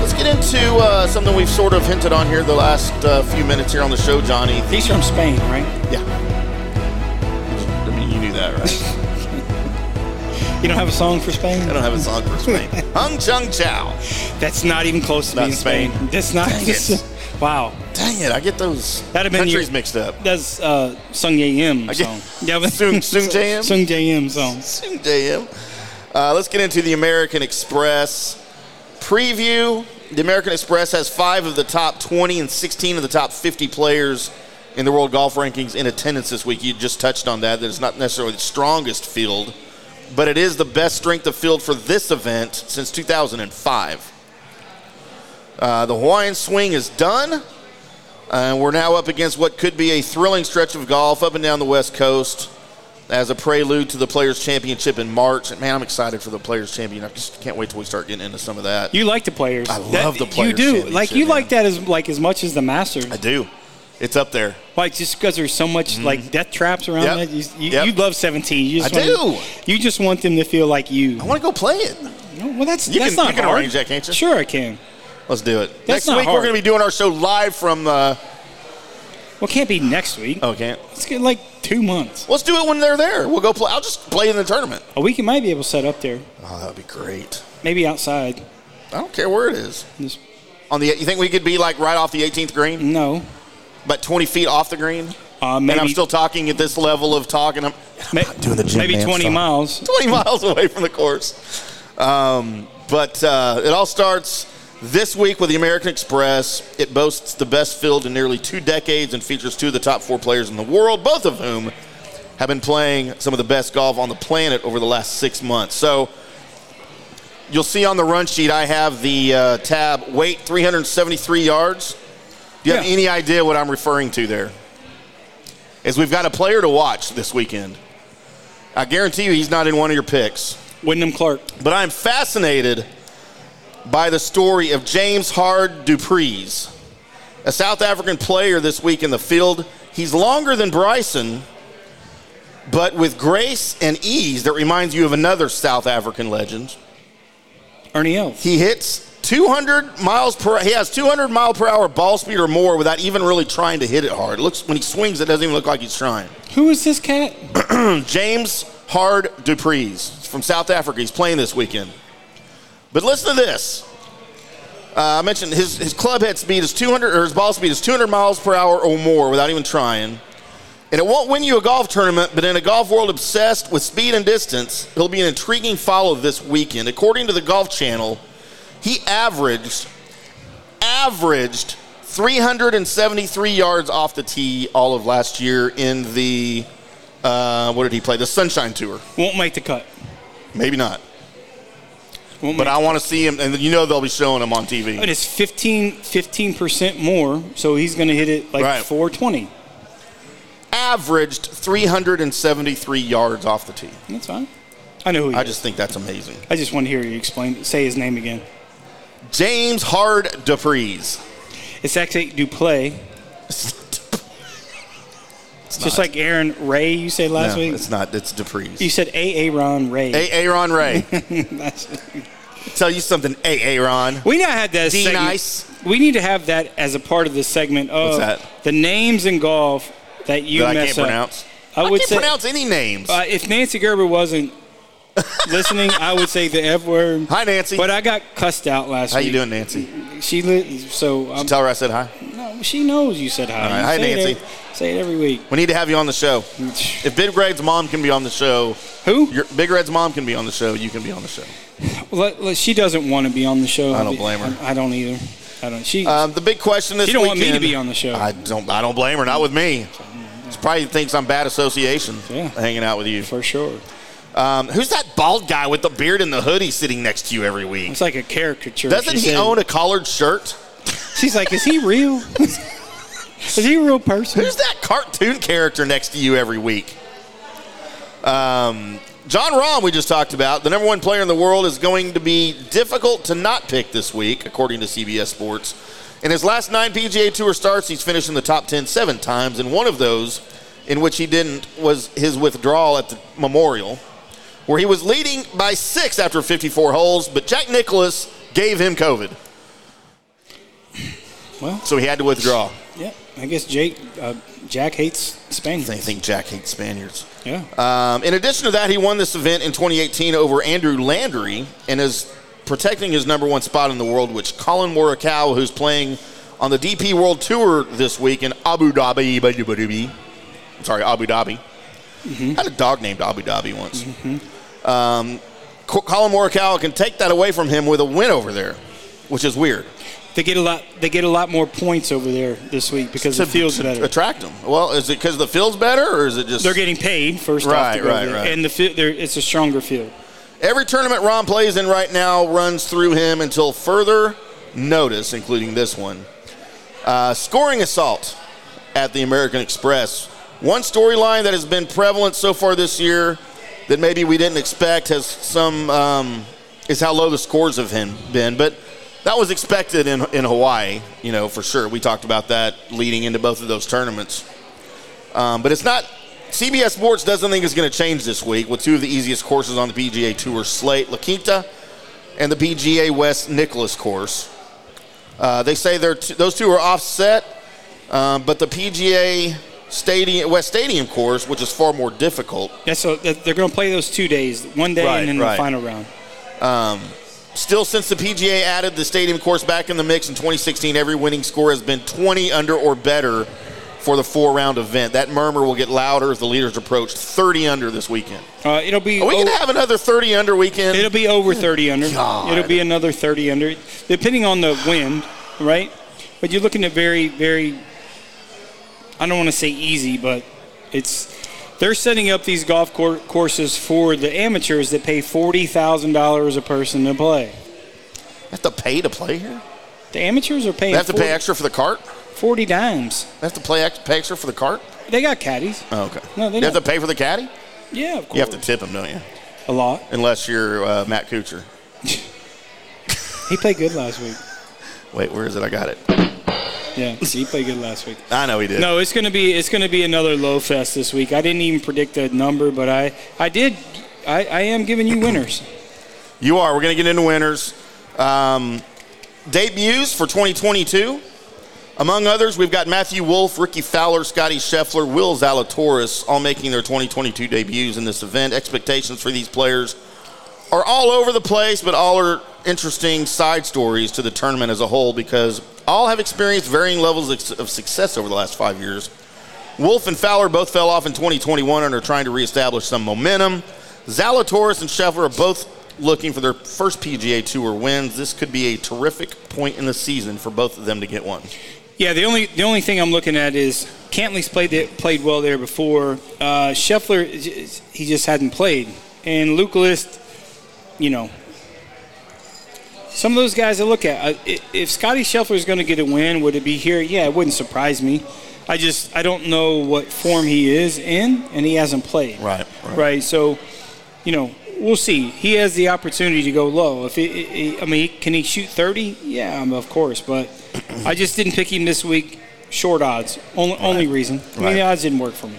Let's get into uh, something we've sort of hinted on here the last uh, few minutes here on the show, Johnny. He's from Spain, right? Yeah. I mean, you knew that, right? You don't have a song for Spain? I don't have a song for Spain. Hung Chung Chow. That's not even close to Not being Spain. Spain. That's not. Dang it. wow. Dang it, I get those That'd have been countries your- mixed up. That's uh, Sung Ye Im get- song. Yeah, but- Sung- Sung Jae Im? Sung Jae Im song. Damn. Uh, let's get into the American Express preview. The American Express has five of the top 20 and 16 of the top 50 players in the world golf rankings in attendance this week. You just touched on that, that it's not necessarily the strongest field, but it is the best strength of field for this event since 2005. Uh, the Hawaiian swing is done. And we're now up against what could be a thrilling stretch of golf up and down the West Coast as a prelude to the Players' Championship in March. And man, I'm excited for the Players' Championship. I just can't wait till we start getting into some of that. You like the players. I love the Players' You do. Championship, Like you man. like that as like as much as the Masters. I do. It's up there. Like just because there's so much like death traps around Yep. that. You, you, Yep. you love 17. You just I want- You just want them to feel like you. I want to go play it. Well, that's You that's can- not you can hard. arrange that, can't you? Sure, I can. Let's do it. Next not week we're hard. going to be doing our show live from. Uh, Well, it can't be next week. oh, can't. It's good, like two months. Let's do it when they're there. We'll go play. I'll just play in the tournament. A week, you might be able to set up there. Oh, that'd be great. Maybe outside. I don't care where it is. Just, On the, you think we could be like right off the 18th green, no. but 20 feet off the green? Uh, maybe and I'm still talking at this level of talk, and I'm may- doing the gym maybe man 20 song. miles. 20 miles away from the course. Um, but uh, it all starts this week with the American Express. It boasts the best field in nearly two decades and features two of the top four players in the world, both of whom have been playing some of the best golf on the planet over the last six months. So you'll see on the run sheet, I have the uh, tab weight 373 yards. Do you have Yeah. any idea what I'm referring to there? Is we've got a player to watch this weekend. I guarantee you he's not in one of your picks. Wyndham Clark. But I'm fascinated by the story of James Hard Duprees, a South African player this week in the field. He's longer than Bryson, but with grace and ease that reminds you of another South African legend. Ernie Els. He hits 200 miles per he has 200 mile per hour ball speed or more without even really trying to hit it hard. It looks when he swings it doesn't even look like he's trying. Who is this cat? James Hard Duprees from South Africa. He's playing this weekend. But listen to this. Uh, I mentioned his, his club head speed is 200, or his ball speed is 200 miles per hour or more without even trying. And it won't win you a golf tournament, but in a golf world obsessed with speed and distance, it'll be an intriguing follow this weekend. According to the Golf Channel, he averaged averaged 373 yards off the tee all of last year in the uh, what did he play? The Sunshine Tour. Won't make the cut. Maybe not. Won't But make I want to see him, and you know they'll be showing him on TV. But it's 15, 15% more, so he's going to hit it like Right. 420. Averaged 373 yards off the tee. That's fine. I know who he I is. just think that's amazing. I just want to hear you explain, say his name again. James Hard Duprees. It's actually Duplay. It's just like Aaron Ray, you said last no, week. it's not. It's You Duprees. said A. Aaron Ray. A. Aaron Ray. That's- Tell you something, A. Aaron. we now had that. D. segment- Nice. We need to have that as a part of this segment of What's that? the names in golf that you That I mess can't up. pronounce. I I would can't say pronounce any names. uh, if Nancy Gerber wasn't listening, I would say the F word. Hi, Nancy. But I got cussed out last How week. you doing, Nancy? She li- so um, Tell her I said hi. no, she knows you said hi. right. You Hi, say it Nancy. every- say it every week. We need to have you on the show. If Big Red's mom can be on the show, Who? your, Big Red's mom can be on the show. You can be on the show. Let- let- she doesn't want to be on the show. I don't I'll be- blame her. I, I don't either. I don't. She. Um, the big question this She don't want me to weekend- be on the show. I don't. I don't blame her. Not with me. She probably thinks I'm bad association. Yeah. Hanging out with you. for sure. Um, who's that bald guy with the beard and the hoodie sitting next to you every week? It's like a caricature. Doesn't he own a collared shirt? She's like, is he real? is he a real person? Who's that cartoon character next to you every week? Um, John Rahm, we just talked about, the number one player in the world, is going to be difficult to not pick this week, according to CBS Sports. In his last nine PGA Tour starts, he's finished in the top 10 seven times, and one of those in which he didn't was his withdrawal at the Memorial, where he was leading by six after 54 holes, but Jack Nicholas gave him COVID, Well, so he had to withdraw. yeah. I guess Jake, uh, Jack hates Spaniards. They think Jack hates Spaniards. Yeah. Um, in addition to that, he won this event in 2018 over Andrew Landry and is protecting his number one spot in the world, which Colin Morikawa, who's playing on the DP World Tour this week in Abu Dhabi, Abu Dhabi, I'm sorry, Abu Dhabi. Mm-hmm. Had a dog named Abu Dhabi once. Um, Co- Colin Morikawa can take that away from him with a win over there, which is weird. They get a lot. They get a lot more points over there this week because it feels better. Attract him. Well, is it because the field's better, or is it just They're getting paid first off. Right, to go right, there. right. And the fi- they're- it's a stronger field. Every tournament Ron plays in right now runs through him until further notice, including this one. Uh, scoring assault at the American Express. One storyline that has been prevalent so far this year that maybe we didn't expect has some um, is how low the scores have been, been, but that was expected in in Hawaii, you know for sure. We talked about that leading into both of those tournaments. Um, but it's not. CBS Sports doesn't think it's going to change this week with two of the easiest courses on the PGA Tour slate, La Quinta and the PGA West Nicholas course. Uh, they say they're t- those two are offset, um, but the PGA Stadium West Stadium course, which is far more difficult, Yeah, so th- they're going to play those two days, one day Right, and then right. the final round. Still, since the PGA added the stadium course back in the mix in 2016, every winning score has been 20 under or better for the four round event. That murmur will get louder as the leaders approach 30 under this weekend. Uh, it'll be Are we going o- to have another 30 under weekend? it'll be over thirty under. God. It'll be another thirty under, depending on the wind, right? But you're looking at very, very. I don't want to say easy, but it's they're setting up these golf cour- courses for the amateurs that pay forty thousand dollars a person to play. I have to pay to play here? The amateurs are paying. They have to 40, pay extra for the cart? They 40 dimes. have to play ex- pay extra for the cart? They got caddies. Oh, okay. No, they you have to don't. pay for the caddy? Yeah, of course. You have to tip him, don't you? a lot. Unless you're uh, Matt Kuchar. He played good last week. Wait, where is it? I got it. Yeah, he played good last week. I know he did. No, it's gonna be it's gonna be another low fest this week. I didn't even predict that number, but I I did. I, I am giving you winners. You are. We're going to get into winners. Um, debuts for 2022. Among others, we've got Matthew Wolf, Ricky Fowler, Scotty Scheffler, Will Zalatoris, all making their 2022 debuts in this event. Expectations for these players are all over the place, but all are interesting side stories to the tournament as a whole because all have experienced varying levels of of success over the last five years. Wolf and Fowler both fell off in 2021 and are trying to reestablish some momentum. Zalatoris and Scheffler are both looking for their first PGA Tour wins. This could be a terrific point in the season for both of them to get one. Yeah, the only the only thing I'm looking at is Cantley's played the, played well there before. Uh, Scheffler, is- is- he just hadn't played, and Luke List, you know, some of those guys I look at. I, i- if Scotty Scheffler is going to get a win, would it be here? Yeah, it wouldn't surprise me. I just I don't know what form he is in, and he hasn't played. Right, right. Right. So, you know, we'll see. He has the opportunity to go low. If he, he- I mean, can he shoot 30? Yeah, um, of course. But I just didn't pick him this week. Short odds. Only, only reason. I mean, Right. the odds didn't work for me.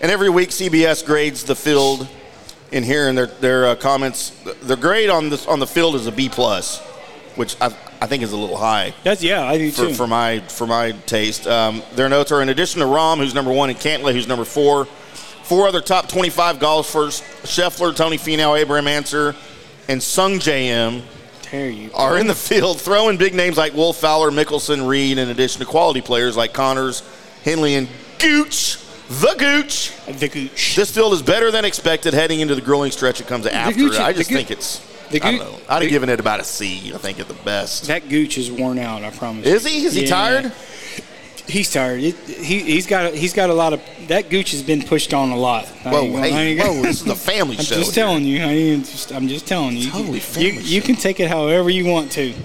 And every week, CBS grades the field in here, and their their uh, comments, their grade on this on the field is a B plus, which I, I think is a little high. That's yeah, I do for, too. for my for my taste. Um, their notes are in addition to Rom, who's number one, and Cantley, who's number four. Four other top 25 golfers: Scheffler, Tony Finau, Abraham Answer, and Sung J.M. Dare you? are in the field, throwing big names like Wolf, Fowler, Mickelson, Reed, in addition to quality players like Connors, Henley, and Gooch. The Gooch. The Gooch. This field is better than expected heading into the grueling stretch. It comes after. Gooch- I the just Gooch- think it's. the I don't Gooch- know. I'd have the- given it about a C. I think at the best. That Gooch is worn out. I promise. Is he? Is he Yeah. tired? he's tired. It, he he's got a, he's got a lot of that gooch has been pushed on a lot. I Whoa, ain't gonna- I hey, ain't gonna- whoa, this is a family I'm show. just here. telling you. I ain't just, I'm just telling you. Totally you, family you show. can take it however you want to. It,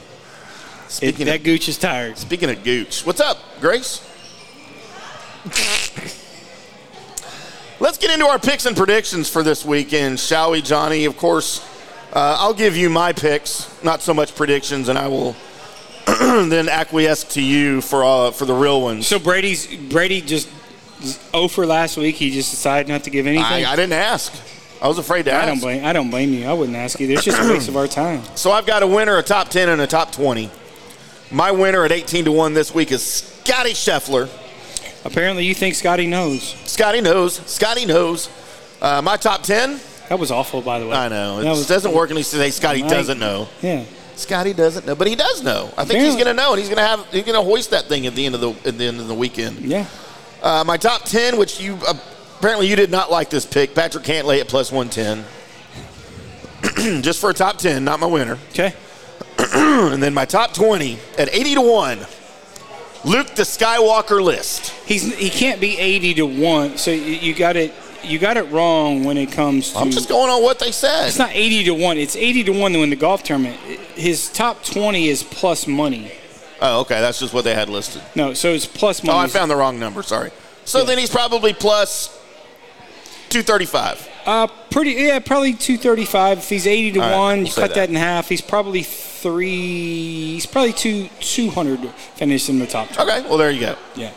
Speaking, that of, gooch is tired. speaking of Gooch, what's up, Grace? Let's get into our picks and predictions for this weekend, shall we, Johnny? Of course, uh, I'll give you my picks, not so much predictions, and I will then acquiesce to you for uh, for the real ones. So Brady's Brady just, just over last week. He just decided not to give anything. I, I didn't ask. I was afraid to I ask. don't blame. I don't blame you. I wouldn't ask either. It's just a waste of our time. So I've got a winner, a top 10, and a top 20. My winner at 18 to 1 this week is Scotty Scheffler. Apparently, you think Scotty knows. Scotty knows. Scotty knows. Uh, my top 10, That was awful, by the way. I know. It That was- doesn't work unless you say Scotty Right. doesn't know. Yeah. Scotty doesn't know, but he does know. I think he's Apparently. going to know, and he's going to have he's going to hoist that thing at the end of the at the end of the weekend. Yeah. Uh, my top 10, which you uh, apparently you did not like this pick, Patrick Cantlay at plus 110. Just for a top 10, not my winner. Okay. And then my top 20 at 80 to 1, Luke the Skywalker list. He's he can't be eighty to one. So you, you got it. You got it wrong when it comes to. I'm just going on what they it's said. not eighty to one. It's eighty to one to win the golf tournament. His top twenty is plus money. Oh, okay. That's just what they had listed. No, so it's plus Oh, money. I found the wrong number. Sorry. So then he's probably plus 235. Uh, pretty yeah, probably two thirty five. If he's eighty to All right, one, we'll you say cut that. that. in half. He's probably three. He's probably two two hundred finished in the top. 20. Okay. Well, there you go. Yeah,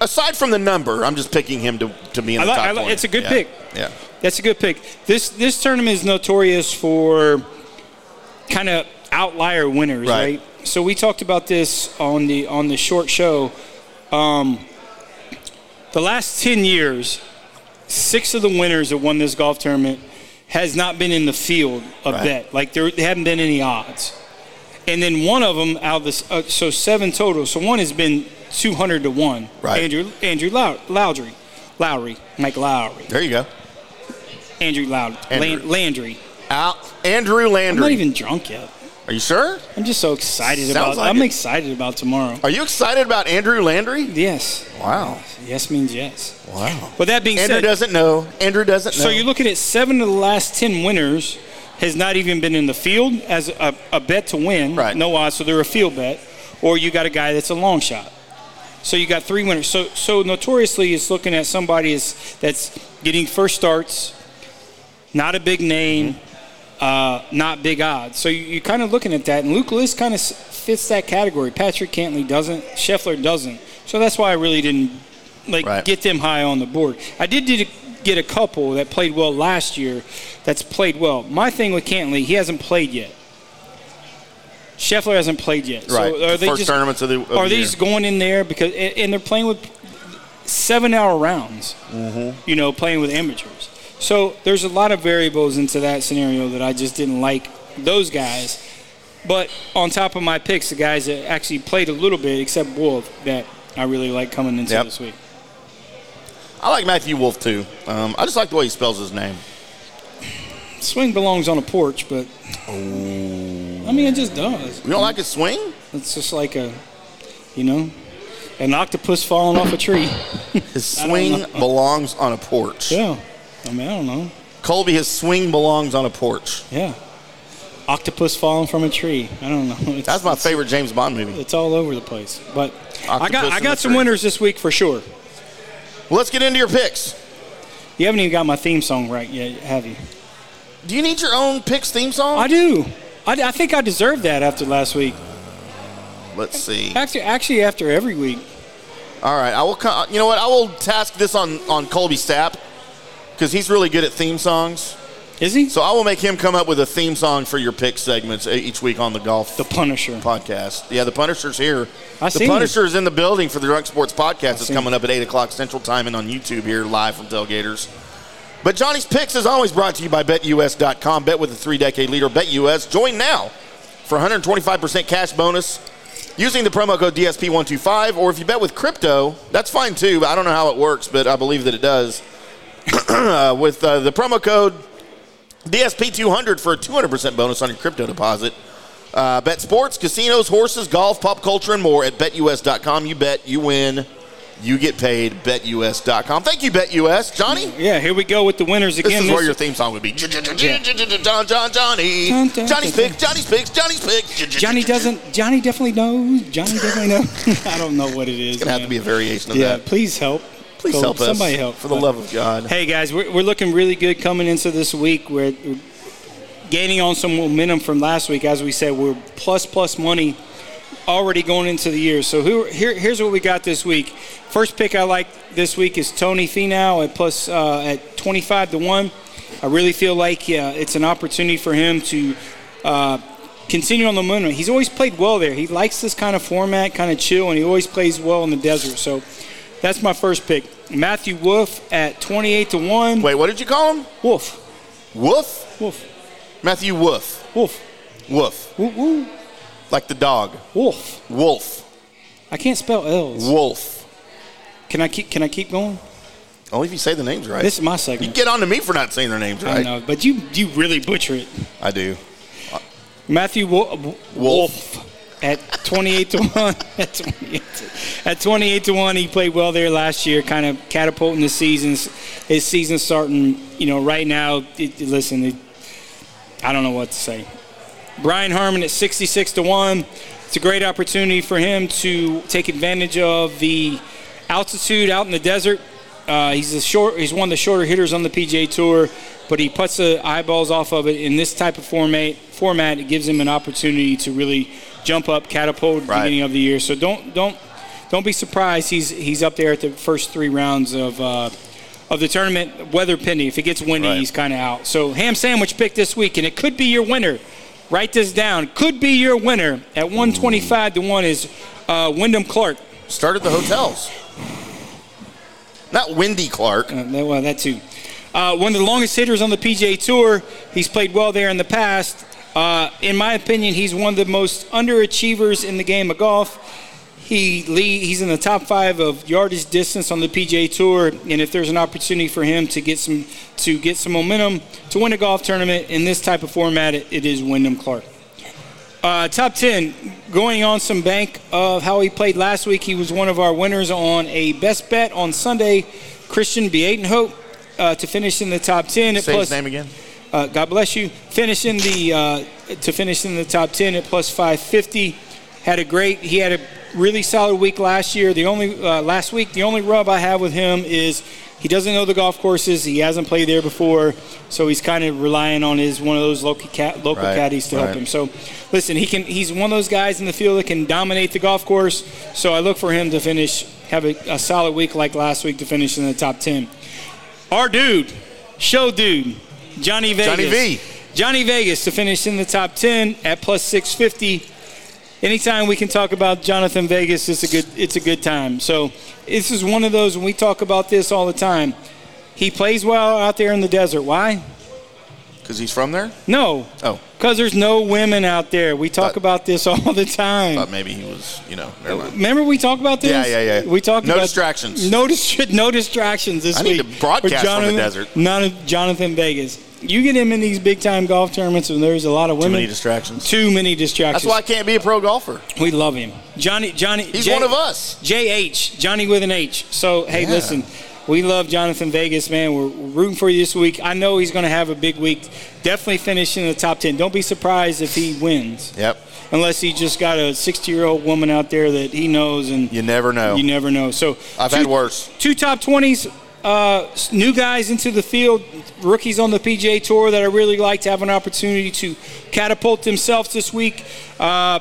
Aside from the number, I'm just picking him to, to be in I the like- top I like- 20. it's a good Yeah. pick. Yeah. that's a good pick. This this tournament is notorious for kind of outlier winners, Right. right. So we talked about this on the on the short show. Um, the last ten years, six of the winners that won this golf tournament has not been in the field of Right. bet. Like there, there haven't been any odds. And then one of them out of this, uh, so seven total. So one has been two hundred to one. Right. Andrew Andrew Low- Lowry, Lowry, Mike Lowry. There you go. Andrew Loud. Andrew. Lan- Landry. Al, Andrew I'm Landry. not even drunk yet. Are you sure? I'm just so excited Sounds about. like I'm it. excited about tomorrow. Are you excited about Andrew Landry? Yes. Wow. Yes means yes. Wow. But that being Andrew said, doesn't know. Andrew doesn't know. so you're looking at seven of the last ten winners has not even been in the field as a, a bet to win. Right. No odds, so they're a field bet, or you got a guy that's a long shot. So you got three winners. So so notoriously, it's looking at somebody is, that's getting first starts, not a big name, uh, not big odds. So you, you're kind of looking at that, and Luke List kind of s- fits that category. Patrick Cantley doesn't, Scheffler doesn't. So that's why I really didn't like Right. get them high on the board. I did, did get a couple that played well last year. That's played well. My thing with Cantley, he hasn't played yet. Scheffler hasn't played yet. right. So are they First just tournaments of the of are the these year. going in there because and and they're playing with seven hour rounds you know playing with amateurs so there's a lot of variables into that scenario that i just didn't like those guys but on top of my picks the guys that actually played a little bit except wolf that i really like coming into Yep. this week I like Matthew Wolf too. Um, I just like the way he spells his name. swing belongs on a porch but Oh. i mean it just does You don't like his swing? it's just like a you know an octopus falling off a tree His I don't swing know. belongs on a porch. yeah i mean i don't know Colby, his swing belongs on a porch. Yeah. Octopus falling from a tree. I don't know. It's, That's my favorite James Bond movie. It's all over the place. But I Octopus got in I the got some tree. winners this week for sure. Well, let's get into your picks. You haven't even got my theme song right yet, have you? Do you need your own picks theme song? I do. I, I think I deserve that after last week. let's see. Actually, actually after every week. All right, I will. co- You know what? I will task this on on Colby Stapp because he's really good at theme songs. Is he? So I will make him come up with a theme song for your pick segments e- each week on the golf the Punisher. podcast. Yeah, the Punisher's here. I the seen Punisher is in the building for the Drunk Sports Podcast. It's seen coming up at 8 o'clock Central Time and on YouTube here live from Tailgaters. But Johnny's Picks is always brought to you by BetUS.com. Bet with a three decade leader, BetUS. Join now for 125% cash bonus using the promo code DSP125. Or if you bet with crypto, that's fine too. But I don't know how it works, but I believe that it does. uh, with uh, the promo code DSP200 for a 200% bonus on your crypto deposit. Uh, bet sports, casinos, horses, golf, pop culture, and more at betus.com. You bet, you win. You get paid. BetUS.com. Thank you, BetUS. Johnny? Yeah, here we go with the winners again. This is where your theme song would be. John, John, Johnny. Dun, dun, Johnny's dun, picks, Johnny's picks, Johnny's picks. Johnny doesn't. Johnny definitely knows. Johnny definitely knows. I don't know what it is. Gonna have man. to be a variation of yeah, that. please help. Please Go- help us. Somebody help. For the But- love of God. Hey guys, we're, we're looking really good coming into this week. We're, we're gaining on some momentum from last week, as we said. We're plus plus money already going into the year. So who, here, here's what we got this week. First pick I like this week is Tony Finau at plus uh, at 25 to one. I really feel like yeah, it's an opportunity for him to uh, continue on the momentum. He's always played well there. He likes this kind of format, kind of chill, and he always plays well in the desert. So that's my first pick. Matthew Wolf at 28 to one. Wait, what did you call him? Wolf, Woof? Wolf, Matthew Woof. Wolf, Woof. woo, woo, Like the dog. Wolf. Wolf. I can't spell L's. Wolf. Can I keep? Can I keep going? Only if you say the names right. This is my you segment. get on to me for not saying their names I right. know, but you you really butcher it. I do. Matthew Wo- Wolf, at 28 to 1. At 28 to, at 28 to 1, he played well there last year, kind of catapulting the seasons. His season starting, you know, right now, it, it- listen, it, I don't know what to say. Brian Harmon at 66 to 1. It's a great opportunity for him to take advantage of the altitude out in the desert. Uh, he's a short. He's one of the shorter hitters on the PGA Tour, but he puts the eyeballs off of it in this type of format. Format it gives him an opportunity to really jump up, catapult at the Right. beginning of the year. So don't don't don't be surprised. He's he's up there at the first three rounds of uh, of the tournament. Weather pending. If it gets windy, Right. he's kind of out. So ham sandwich pick this week, and it could be your winner. Write this down. Could be your winner at 125 to one is uh, Wyndham Clark. Start at the hotels. Not Wendy Clark. Uh, that- well, that too. Uh, one of the longest hitters on the PGA Tour. He's played well there in the past. Uh, in my opinion, he's one of the most underachievers in the game of golf. He lead, he's in the top five of yardage distance on the PGA Tour, and if there's an opportunity for him to get some to get some momentum to win a golf tournament in this type of format, it, it is Wyndham Clark. Uh, top 10, going on some bank of how he played last week. He was one of our winners on a best bet on Sunday, Christian Beatenhope, uh, to finish in the top 10. At Say plus, his name again. Uh, God bless you. Finish in the, uh, to finish in the top 10 at plus 550. Had a great, he had a really solid week last year. The only, uh, last week, the only rub I have with him is he doesn't know the golf courses. He hasn't played there before. So he's kind of relying on his, one of those local, cat, local Right, caddies to right. help him. So, listen, he can. He's one of those guys in the field that can dominate the golf course. So I look for him to finish, have a, a solid week like last week to finish in the top ten. Our dude, show dude, Johnny Vegas. Johnny V. Johnny Vegas to finish in the top ten at plus six fifty. Anytime we can talk about Jonathan Vegas, it's a good it's a good time. So this is one of those, and we talk about this all the time. He plays well out there in the desert. Why? Because he's from there? No, Oh, because there's no women out there. We talk But- about this all the thought time. maybe he was, you know, never mind. Remember we talked about this? Yeah, yeah, yeah. We talked No about distractions. No dist- no distractions this I need week. to broadcast with from the desert. None Jonathan Vegas. You get him in these big time golf tournaments and there's a lot of Too women. many distractions. Too many distractions. That's why I can't be a pro golfer. we love him. Johnny Johnny He's J- one of us. JH, Johnny with an H. So, hey, Yeah. listen, we love Jonathan Vegas, man. We're rooting for you this week. I know he's going to have a big week. Definitely finish in the top 10. Don't be surprised if he wins, Yep. unless he just got a 60 year old woman out there that he knows, and You never know. you never know. So, Oh. I've two, had worse. two top 20s. Uh, s- new guys into the field, rookies on the PGA Tour that I really like to have an opportunity to catapult themselves this week. Uh,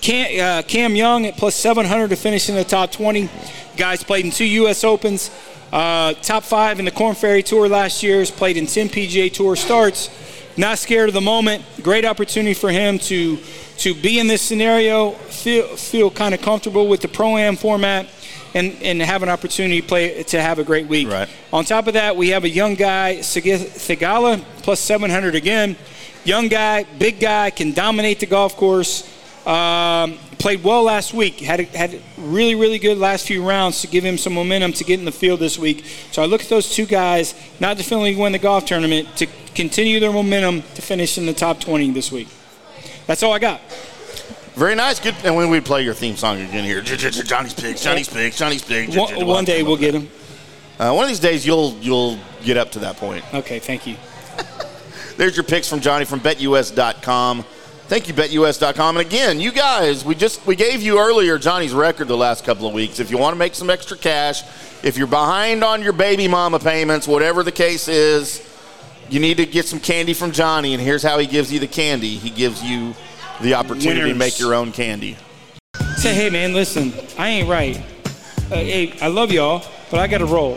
Cam, uh, Cam Young at plus 700 to finish in the top 20. Guys played in two U.S. Opens, uh, top five in the Corn Ferry Tour last year. Has played in 10 PGA Tour starts. Not scared of the moment. Great opportunity for him to to be in this scenario. Feel feel kind of comfortable with the pro am format. And, and have an opportunity to play to have a great week. Right. On top of that, we have a young guy, Sigala, plus 700 again. Young guy, big guy, can dominate the golf course. Um, played well last week. Had a, had really really good last few rounds to give him some momentum to get in the field this week. So I look at those two guys, not definitely win the golf tournament, to continue their momentum to finish in the top 20 this week. That's all I got. Very nice. Good. And when we play your theme song again here, J- J- J- Johnny's Pigs, Johnny's Pigs, Johnny's Pigs. J- J- One, one day we'll get him. Uh, one of these days you'll you'll get up to that point. Okay, thank you. There's your picks from Johnny from BetUS.com. Thank you, BetUS.com. And again, you guys, we just we gave you earlier Johnny's record the last couple of weeks. If you want to make some extra cash, if you're behind on your baby mama payments, whatever the case is, you need to get some candy from Johnny. And here's how he gives you the candy. He gives you the opportunity to Winners. make your own candy. Say, hey man, listen, I ain't right. Uh, hey, I love y'all, but I gotta roll.